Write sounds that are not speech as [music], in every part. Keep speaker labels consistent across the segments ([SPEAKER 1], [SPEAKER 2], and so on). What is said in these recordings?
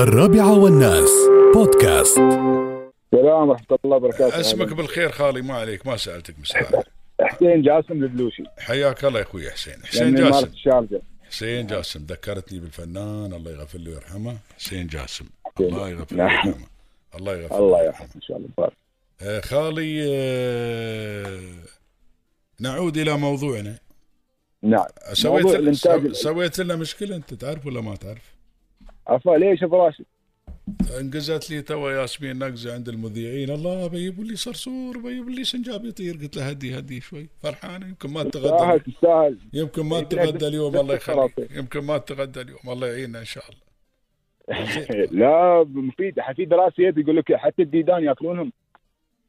[SPEAKER 1] الرابعة والناس بودكاست
[SPEAKER 2] السلام ورحمة الله وبركاته
[SPEAKER 3] اسمك بالخير خالي ما عليك ما سالتك
[SPEAKER 2] [laughs]
[SPEAKER 3] مساء
[SPEAKER 2] حسين جاسم البلوشي
[SPEAKER 3] حياك الله يا اخوي حسين حسين
[SPEAKER 2] من إمارة
[SPEAKER 3] جاسم
[SPEAKER 2] الشارجة
[SPEAKER 3] حسين جاسم ذكرتني بالفنان الله يغفر له ويرحمه حسين جاسم
[SPEAKER 2] حسين.
[SPEAKER 3] الله يغفر له
[SPEAKER 2] نعم.
[SPEAKER 3] ويرحمه الله يغفر له
[SPEAKER 2] الله
[SPEAKER 3] ويرحمه
[SPEAKER 2] يرحمه إن شاء الله بارك
[SPEAKER 3] آه، خالي آه، نعود الى موضوعنا
[SPEAKER 2] نعم
[SPEAKER 3] سويت
[SPEAKER 2] موضوع الإنتاج
[SPEAKER 3] سو- سويت لنا مشكله انت تعرف ولا ما تعرف؟
[SPEAKER 2] عفا ليش ابو راشد؟
[SPEAKER 3] انقزت لي توا ياسمين نقزه عند المذيعين الله بيجيبوا لي صرصور بيجيبوا لي سنجاب يطير قلت له هدي هدي شوي فرحانه يمكن ما تغدى
[SPEAKER 2] تستاهل تستاهل
[SPEAKER 3] يمكن ما
[SPEAKER 2] يمكن
[SPEAKER 3] تغدى اليوم
[SPEAKER 2] بس
[SPEAKER 3] الله يخليك
[SPEAKER 2] الخلاصة.
[SPEAKER 3] يمكن ما تغدى اليوم الله يعيننا ان شاء الله زين.
[SPEAKER 2] [laughs] لا مفيد في دراسه جت يقول لك حتى الديدان ياكلونهم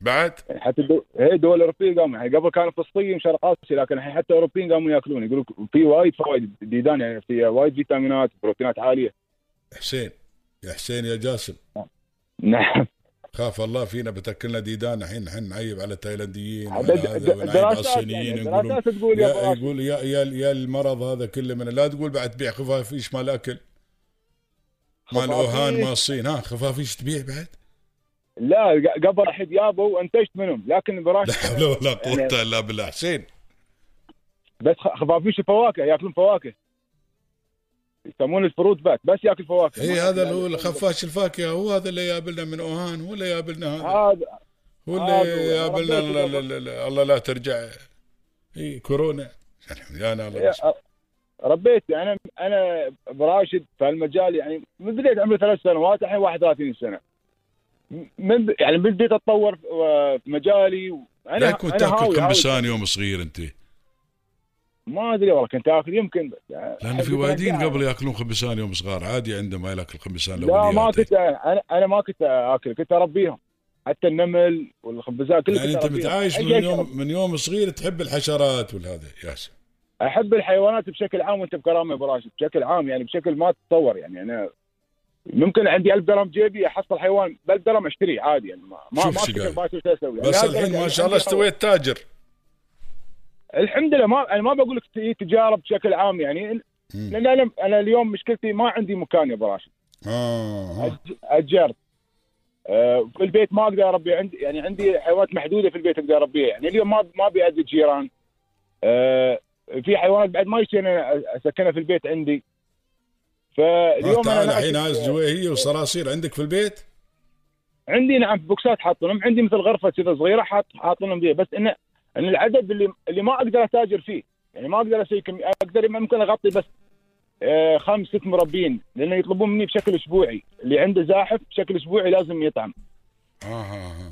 [SPEAKER 3] بعد
[SPEAKER 2] يعني حتى الدول, هي الدول الاوروبيه قاموا يعني قبل كانوا فلسطين وشرق اسيا لكن الحين حتى الاوروبيين قاموا ياكلون يقول لك في وايد فوائد الديدان يعني في وايد فيتامينات بروتينات عاليه
[SPEAKER 3] حسين يا حسين يا جاسم
[SPEAKER 2] نعم
[SPEAKER 3] خاف الله فينا بتاكلنا ديدان الحين الحين نعيب على التايلانديين
[SPEAKER 2] [laughs] حتى
[SPEAKER 3] على
[SPEAKER 2] د-
[SPEAKER 3] هذا
[SPEAKER 2] د-
[SPEAKER 3] ونعيب على
[SPEAKER 2] دراسات
[SPEAKER 3] الصينيين
[SPEAKER 2] يعني
[SPEAKER 3] يقولون
[SPEAKER 2] دراسات تقول يا ابو
[SPEAKER 3] يا
[SPEAKER 2] راشد
[SPEAKER 3] يقول يا يا يا المرض هذا كله من لا تقول بعد تبيع خفافيش مال اكل مال اوهان
[SPEAKER 2] خفافيش.
[SPEAKER 3] مال الصين ها خفافيش تبيع بعد
[SPEAKER 2] لا ق- قبل احد يابوا وانتجت منهم لكن ابو
[SPEAKER 3] لا
[SPEAKER 2] راشد
[SPEAKER 3] حول ولا
[SPEAKER 2] [laughs]
[SPEAKER 3] قوه الا بالله حسين
[SPEAKER 2] بس خ- خفافيش الفواكه ياكلون فواكه يسمون الفروت بات بس ياكل فواكه
[SPEAKER 3] اي
[SPEAKER 2] ما-
[SPEAKER 3] إيه، هذا اللي هو
[SPEAKER 2] يعني-
[SPEAKER 3] الخفاش الفاكهه هو هذا اللي يقابلنا من اوهان هو اللي يقابلنا هذا
[SPEAKER 2] هذا
[SPEAKER 3] هو
[SPEAKER 2] عاد
[SPEAKER 3] اللي
[SPEAKER 2] هو.
[SPEAKER 3] يقابلنا
[SPEAKER 2] ربنا
[SPEAKER 3] لا- لا- لا- لا- الله لا ترجع اي كورونا يا انا الله يسلمك.
[SPEAKER 2] يا- ربيت انا انا براشد في هالمجال يعني من بدايه عمري ثلاث سنوات الحين 31 سنه من ب- يعني من بديت اتطور في آه، في مجالي و- انا
[SPEAKER 3] لا كنت
[SPEAKER 2] أنا
[SPEAKER 3] تاكل
[SPEAKER 2] هاوي- هاوي.
[SPEAKER 3] كمسان يوم صغير انت
[SPEAKER 2] ما ادري والله كنت اكل يمكن بس يعني
[SPEAKER 3] لان
[SPEAKER 2] أحب
[SPEAKER 3] في وايدين
[SPEAKER 2] أتنقع.
[SPEAKER 3] قبل ياكلون خبسان يوم صغار عادي عندهم ما ياكل خبسان
[SPEAKER 2] لا ما
[SPEAKER 3] لولياته
[SPEAKER 2] كنت انا انا ما كنت اكل كنت اربيهم حتى النمل والخبزات كله
[SPEAKER 3] يعني
[SPEAKER 2] كنت
[SPEAKER 3] انت
[SPEAKER 2] أربيهم.
[SPEAKER 3] متعايش
[SPEAKER 2] أي
[SPEAKER 3] من
[SPEAKER 2] شيء
[SPEAKER 3] يوم من يوم صغير تحب الحشرات والهذا ياسر
[SPEAKER 2] احب الحيوانات بشكل عام وانت بكرامه يا ابو راشد بشكل عام يعني بشكل ما تتصور يعني انا ممكن عندي 1000 درهم جيبي احصل حيوان ب 1000 درهم اشتريه عادي يعني ما ما
[SPEAKER 3] شوف
[SPEAKER 2] ما
[SPEAKER 3] شو
[SPEAKER 2] أفكر
[SPEAKER 3] قال.
[SPEAKER 2] ما أشوف شو اسوي
[SPEAKER 3] بس
[SPEAKER 2] يعني
[SPEAKER 3] الحين
[SPEAKER 2] هذا-
[SPEAKER 3] ما شاء الله
[SPEAKER 2] عندي
[SPEAKER 3] استويت تاجر
[SPEAKER 2] هوى. الحمد لله ما انا ما بقول لك هي تجاره بشكل عام يعني
[SPEAKER 3] مم.
[SPEAKER 2] لان انا انا اليوم مشكلتي ما عندي مكان يا ابو راشد
[SPEAKER 3] اه ها.
[SPEAKER 2] أج- اجرت آه، في البيت ما اقدر اربي عندي يعني عندي حيوانات محدوده في البيت اقدر اربيها يعني اليوم ما ما ابي اذي الجيران آه، في حيوانات بعد ما يصير انا اسكنها في البيت عندي
[SPEAKER 3] ها
[SPEAKER 2] فاليوم
[SPEAKER 3] آه، تعال
[SPEAKER 2] انا
[SPEAKER 3] الحين
[SPEAKER 2] ناقص-
[SPEAKER 3] هاز جويهيه وصراصير عندك في البيت
[SPEAKER 2] عندي نعم في بوكسات حاطينهم عندي مثل غرفه كذا صغيره حاط حاطينهم بيها بس انه ان العدد اللي اللي ما اقدر اتاجر فيه يعني ما اقدر اسوي كم اقدر ممكن اغطي بس آه، خمس ست مربين لانه يطلبون مني بشكل اسبوعي اللي عنده زاحف بشكل اسبوعي لازم يطعم
[SPEAKER 3] اه ها، ها.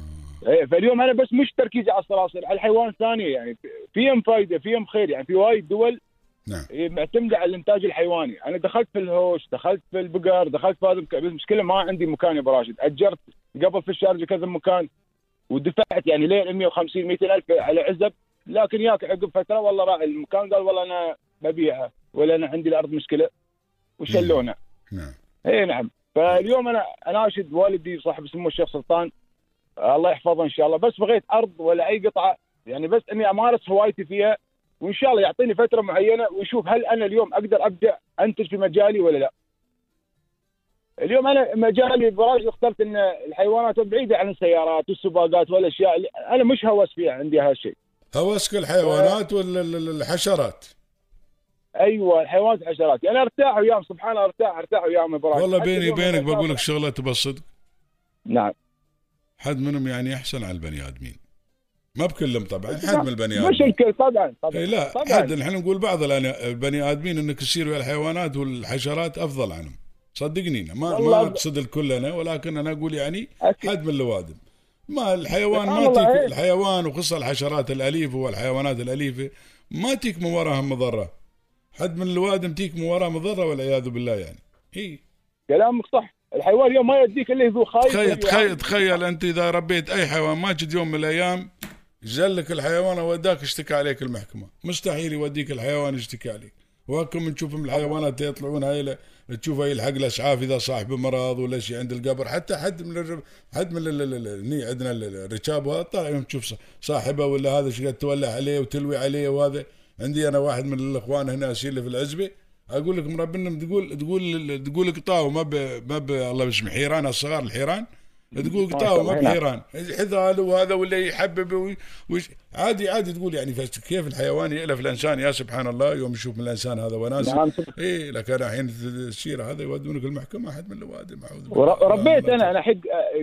[SPEAKER 2] إيه، فاليوم انا بس مش تركيزي على الصراصير على الحيوان الثانيه يعني فيهم فائده فيهم خير يعني في وايد دول
[SPEAKER 3] نعم.
[SPEAKER 2] إيه، معتمده على الانتاج الحيواني انا دخلت في الهوش دخلت في البقر دخلت في هذا المكان، بس المشكله ما عندي مكان يا أبو راشد اجرت قبل في الشارجه كذا مكان ودفعت يعني لين 150 200 الف على عزب لكن ياك عقب فتره والله راح المكان قال والله انا ببيعها ولا انا عندي الارض مشكله وشلونا
[SPEAKER 3] نعم
[SPEAKER 2] اي نعم فاليوم انا اناشد والدي صاحب سمو الشيخ سلطان آه، الله يحفظه ان شاء الله بس بغيت ارض ولا اي قطعه يعني بس اني امارس هوايتي فيها وان شاء الله يعطيني فتره معينه ويشوف هل انا اليوم اقدر ابدا انتج في مجالي ولا لا. اليوم انا مجالي براج اخترت ان الحيوانات بعيده عن السيارات والسباقات والاشياء اللي- انا مش هوس فيها عندي هالشيء.
[SPEAKER 3] هوسك
[SPEAKER 2] آه.
[SPEAKER 3] الحيوانات ولا ال- ال- الحشرات
[SPEAKER 2] ايوه الحيوانات حشرات انا ارتاح وياهم سبحان الله ارتاح ارتاح وياهم براج
[SPEAKER 3] والله بيني وبينك بقول لك شغله تبى الصدق
[SPEAKER 2] نعم
[SPEAKER 3] حد منهم يعني يحسن على البني ادمين ما بكلهم طبعا حد
[SPEAKER 2] نعم.
[SPEAKER 3] من البني
[SPEAKER 2] مش
[SPEAKER 3] ادمين
[SPEAKER 2] الكل طبعا طبعا
[SPEAKER 3] إي لا
[SPEAKER 2] طبعاً.
[SPEAKER 3] حد الحين نقول بعض الآن- البني ادمين انك تصير ويا الحيوانات والحشرات افضل عنهم صدقني أنا ما ما
[SPEAKER 2] والله أب-
[SPEAKER 3] اقصد الكل انا ولكن انا اقول يعني
[SPEAKER 2] أكيد.
[SPEAKER 3] حد من الوادم ما الحيوان
[SPEAKER 2] سبحان
[SPEAKER 3] ما
[SPEAKER 2] الله،
[SPEAKER 3] تيك
[SPEAKER 2] إيه.
[SPEAKER 3] الحيوان وخصوصا الحشرات الاليفه والحيوانات الاليفه ما تيك من وراها مضره حد من الوادم تيك من وراها مضره والعياذ بالله يعني اي
[SPEAKER 2] كلامك صح الحيوان اليوم ما يديك الا هو خايف
[SPEAKER 3] تخيل تخيل تخيل انت اذا ربيت اي حيوان ما جد يوم من الايام جلك الحيوان وداك اشتكى عليك المحكمه مستحيل يوديك الحيوان يشتكي عليك وهكم نشوف من الحيوانات يطلعون هاي ل- تشوفها يلحق الاسعاف اذا صاحبه مرض ولا شيء عند القبر حتى حد من الر... حد من ال- ال- ال- هني عندنا ال- ال- الركاب وهذا طالع يوم تشوف ص- صاحبه ولا هذا ايش قد تولع عليه وتلوي عليه وهذا عندي انا واحد من الاخوان هنا اسير له في العزبه اقول لك من ربنا تقول تقول تقول قطاو ما ب... ما ب... الله باسم حيران الصغار الحيران تقول قطاو ما بحيران حذال وهذا ولا يحبب وي... ويش... عادي عادي تقول يعني فش- كيف الحيوان يالف الانسان يا سبحان الله يوم يشوف من الانسان هذا
[SPEAKER 2] نعم
[SPEAKER 3] وناس اي لك انا الحين السيره هذا يودونك المحكمه احد من الوادم اعوذ بالله.
[SPEAKER 2] ور- ربيت
[SPEAKER 3] لا- لا-
[SPEAKER 2] انا انا حق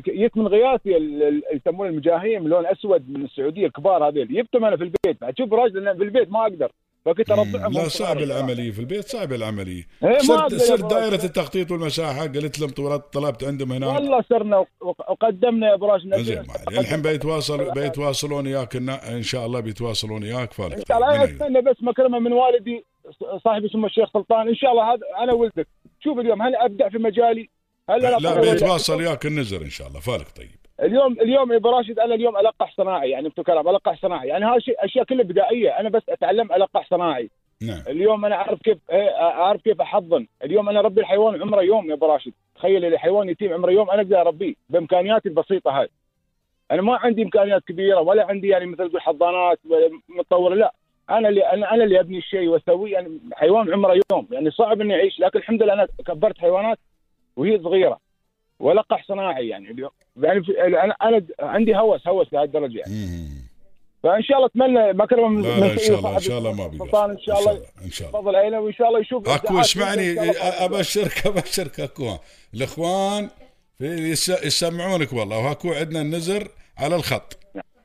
[SPEAKER 2] جيت من غياثي ال- ال- يسمونه المجاهيم لون اسود من السعوديه الكبار هذيل جبتهم انا في البيت بعد شوف راجل انا في البيت ما اقدر فكنت ارضعهم
[SPEAKER 3] لا
[SPEAKER 2] وهم
[SPEAKER 3] صعب
[SPEAKER 2] صغار.
[SPEAKER 3] العمليه في البيت صعب العمليه
[SPEAKER 2] إيه، ما
[SPEAKER 3] صرت
[SPEAKER 2] أقدر
[SPEAKER 3] صرت
[SPEAKER 2] يا أبو
[SPEAKER 3] دائره
[SPEAKER 2] راشد.
[SPEAKER 3] التخطيط والمساحه قلت لهم طلبت طلبت عندهم هناك
[SPEAKER 2] والله صرنا وق- وق- وقدمنا يا ابو راشد
[SPEAKER 3] زين ما عليه. الحين بيتواصل بيتواصلون وياك النا- ان شاء الله بيتواصلون وياك فالك طيب.
[SPEAKER 2] ان شاء الله أنا
[SPEAKER 3] من عيونك.
[SPEAKER 2] استنى بس مكرمه من والدي ص- صاحبي اسمه الشيخ سلطان ان شاء الله هذا انا ولدك شوف اليوم هل ابدع في مجالي هل أنا
[SPEAKER 3] لا
[SPEAKER 2] قوي ولا-
[SPEAKER 3] بيتواصل وياك النزر ان شاء الله فالك طيب
[SPEAKER 2] اليوم اليوم يا ابو راشد انا اليوم القح صناعي يعني بتو كلام القح صناعي يعني هذا شيء اشياء كلها بدائيه انا بس اتعلم القح صناعي
[SPEAKER 3] نعم
[SPEAKER 2] اليوم انا اعرف كيف إيه، اعرف كيف احضن اليوم انا اربي الحيوان عمره يوم يا ابو راشد تخيل الحيوان يتيم عمره يوم انا اقدر اربيه بامكانياتي البسيطه هاي انا ما عندي امكانيات كبيره ولا عندي يعني مثل تقول حضانات ولا متطوره لا انا اللي انا انا اللي ابني الشيء واسويه يعني حيوان عمره يوم يعني صعب اني اعيش لكن الحمد لله انا كبرت حيوانات وهي صغيره ولقح صناعي يعني اليوم يعني في- انا انا عندي هوس هوس لهالدرجه يعني
[SPEAKER 3] مم.
[SPEAKER 2] فان شاء الله اتمنى مكرمه من
[SPEAKER 3] لا لا
[SPEAKER 2] من
[SPEAKER 3] ان شاء الله ان شاء الله ما بيقصر
[SPEAKER 2] سلطان ان شاء الله
[SPEAKER 3] ان شاء الله
[SPEAKER 2] تفضل عينه وان شاء الله يشوف
[SPEAKER 3] اكو
[SPEAKER 2] إبداعات
[SPEAKER 3] اسمعني إيه،
[SPEAKER 2] إن شاء الله.
[SPEAKER 3] [laughs] ابشرك ابشرك اكو الاخوان في- يس- يسمعونك والله واكو عندنا النزر على الخط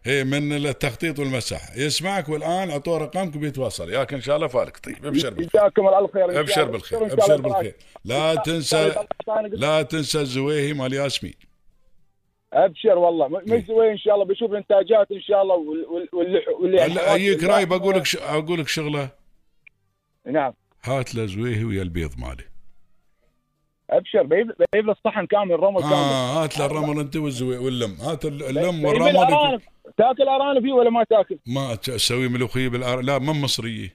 [SPEAKER 3] هي من التخطيط والمساحه يسمعك والان اعطوه رقمك بيتواصل ياك ان شاء الله فالك طيب ابشر بالخير
[SPEAKER 2] جزاكم الله الخير إن شاء
[SPEAKER 3] ابشر
[SPEAKER 2] الله.
[SPEAKER 3] بالخير
[SPEAKER 2] إن شاء الله طيب،
[SPEAKER 3] ابشر بالخير لا تنسى لا تنسى الزويهي مال ياسمين
[SPEAKER 2] ابشر والله م- مش زوين ان شاء الله بشوف الانتاجات ان شاء الله وال- وال- واللي
[SPEAKER 3] هلا
[SPEAKER 2] إيه،
[SPEAKER 3] اجيك راي بقول لك ش- اقول لك شغله
[SPEAKER 2] نعم
[SPEAKER 3] هات له زويهي ويا البيض ماله
[SPEAKER 2] ابشر بجيب بجيب له الصحن كامل الرمل كامل
[SPEAKER 3] اه هات له الرمل انت والزوي واللم هات ال- اللم
[SPEAKER 2] بجيب
[SPEAKER 3] والرمل
[SPEAKER 2] الأرانب. تاكل ارانب هي ولا ما تاكل؟
[SPEAKER 3] ما تسوي ملوخيه بالأر... لا ما مصريه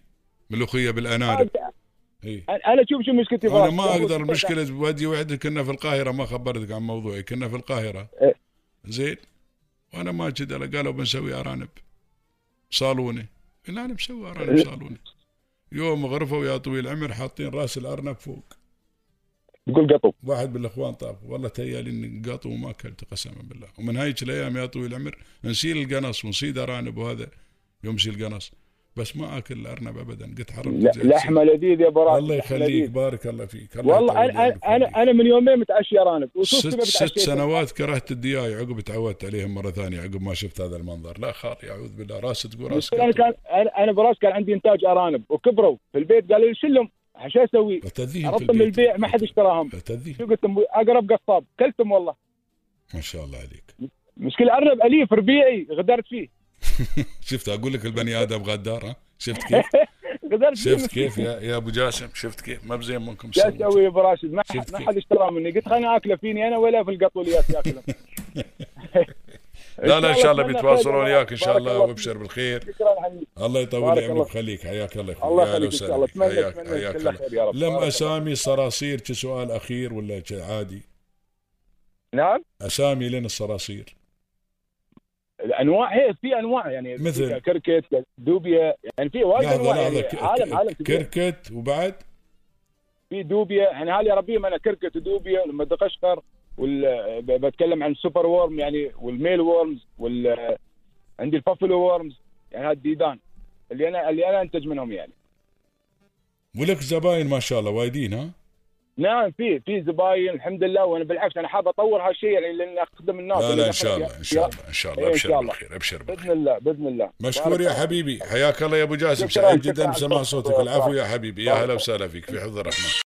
[SPEAKER 3] ملوخيه بالانانب إيه.
[SPEAKER 2] أنا- انا شوف شو مشكلتي
[SPEAKER 3] انا
[SPEAKER 2] فراس.
[SPEAKER 3] ما اقدر المشكله بودي وحده كنا في القاهره ما خبرتك عن موضوعي كنا في القاهره
[SPEAKER 2] إيه.
[SPEAKER 3] زين وانا ما كذا قالوا بنسوي ارانب صالونه لا انا مسوي ارانب
[SPEAKER 2] إيه.
[SPEAKER 3] صالونه يوم غرفه ويا طويل العمر حاطين راس الارنب فوق
[SPEAKER 2] تقول قطو
[SPEAKER 3] واحد من الاخوان طاف والله تهيالي اني قاطو وما اكلت قسما بالله ومن هايك الايام يا طويل العمر نسيل القنص ونصيد ارانب وهذا يوم نسيل القنص بس ما اكل الارنب ابدا قلت
[SPEAKER 2] لا-
[SPEAKER 3] حرمت
[SPEAKER 2] لحمه لذيذ يا براء
[SPEAKER 3] الله يخليك بارك الله فيك الله
[SPEAKER 2] والله
[SPEAKER 3] يطول
[SPEAKER 2] انا
[SPEAKER 3] عمرك
[SPEAKER 2] انا
[SPEAKER 3] ويخليك.
[SPEAKER 2] انا من يومين متعشي ارانب وشوف
[SPEAKER 3] ست,
[SPEAKER 2] كيف
[SPEAKER 3] ست
[SPEAKER 2] متعشي
[SPEAKER 3] سنوات كرهت الدياي عقب تعودت عليهم مره ثانيه عقب ما شفت هذا المنظر لا خالي اعوذ بالله راس تقول راس
[SPEAKER 2] المشكله انا كان انا أنا براس كان عندي انتاج ارانب وكبروا في البيت قالوا لي شلهم عشان شو اسوي؟
[SPEAKER 3] تذيهم في
[SPEAKER 2] عرضتهم للبيع ما حد اشتراهم
[SPEAKER 3] تذيهم
[SPEAKER 2] شو قلت لهم؟ اقرب قصاب كلتهم والله
[SPEAKER 3] ما شاء الله عليك
[SPEAKER 2] مشكله ارنب اليف ربيعي غدرت فيه
[SPEAKER 3] شفت اقول لك البني ادم غدار ها شفت كيف
[SPEAKER 2] غدرت فيه
[SPEAKER 3] شفت كيف يا يا ابو جاسم شفت كيف ما بزين منكم
[SPEAKER 2] شو
[SPEAKER 3] سويت.
[SPEAKER 2] اسوي يا ابو راشد؟ ما
[SPEAKER 3] شفت
[SPEAKER 2] حد ما
[SPEAKER 3] كيف؟
[SPEAKER 2] حد اشتراه مني قلت خليني اكله فيني انا ولا في القطوليات
[SPEAKER 3] [laughs]
[SPEAKER 2] ياكله
[SPEAKER 3] لا لا ان شاء الله
[SPEAKER 2] أتمنى
[SPEAKER 3] بيتواصلون
[SPEAKER 2] خير.
[SPEAKER 3] وياك ان شاء
[SPEAKER 2] بارك
[SPEAKER 3] الله
[SPEAKER 2] فيك.
[SPEAKER 3] وابشر بالخير
[SPEAKER 2] شكرا حبيبي
[SPEAKER 3] الله يطول
[SPEAKER 2] بارك الله
[SPEAKER 3] عمرك
[SPEAKER 2] فيك.
[SPEAKER 3] ويخليك حياك الله يا أخوي.
[SPEAKER 2] الله
[SPEAKER 3] يا أهلا
[SPEAKER 2] يخليك ان شاء
[SPEAKER 3] وسهلا
[SPEAKER 2] الله
[SPEAKER 3] فيك.
[SPEAKER 2] اتمنى
[SPEAKER 3] حياك
[SPEAKER 2] اتمنى
[SPEAKER 3] حياك
[SPEAKER 2] كل
[SPEAKER 3] الله
[SPEAKER 2] خير يا رب
[SPEAKER 3] لم
[SPEAKER 2] بارك الله.
[SPEAKER 3] اسامي صراصير كسؤال اخير ولا شي عادي
[SPEAKER 2] نعم
[SPEAKER 3] اسامي لين الصراصير
[SPEAKER 2] الانواع هي في انواع يعني
[SPEAKER 3] مثل؟
[SPEAKER 2] في كركت دوبيا يعني في وايد
[SPEAKER 3] لحظه
[SPEAKER 2] انواع
[SPEAKER 3] لحظه
[SPEAKER 2] يعني
[SPEAKER 3] ك-
[SPEAKER 2] عالم عالم
[SPEAKER 3] ك-
[SPEAKER 2] كبير
[SPEAKER 3] كركت وبعد
[SPEAKER 2] في دوبيا يعني هالي اربيهم انا كركت ودوبيا والمدقشقر وال ب- بتكلم عن سوبر وورم يعني والميل وورمز وال عندي البافلو وورمز يعني هالديدان اللي انا اللي انا انتج منهم يعني
[SPEAKER 3] ولك زباين ما شاء الله وايدين ها
[SPEAKER 2] نعم في في زباين الحمد لله وانا بالعكس انا حاب اطور هالشيء يعني لان اخدم الناس يعني
[SPEAKER 3] لا
[SPEAKER 2] اللي
[SPEAKER 3] لا
[SPEAKER 2] دخلت
[SPEAKER 3] ان شاء
[SPEAKER 2] في-
[SPEAKER 3] الله ان شاء الله ان شاء الله
[SPEAKER 2] إيه، إن
[SPEAKER 3] ابشر
[SPEAKER 2] شاء الله.
[SPEAKER 3] بالخير ابشر بالخير
[SPEAKER 2] باذن الله باذن الله
[SPEAKER 3] مشكور يا حبيبي حياك الله يا ابو جاسم
[SPEAKER 2] شكراً،
[SPEAKER 3] سعيد
[SPEAKER 2] شكراً
[SPEAKER 3] جدا
[SPEAKER 2] على
[SPEAKER 3] بسماع
[SPEAKER 2] الصوت.
[SPEAKER 3] صوتك العفو يا حبيبي يا
[SPEAKER 2] بارك
[SPEAKER 3] هلا
[SPEAKER 2] الله.
[SPEAKER 3] وسهلا فيك في حفظ الرحمن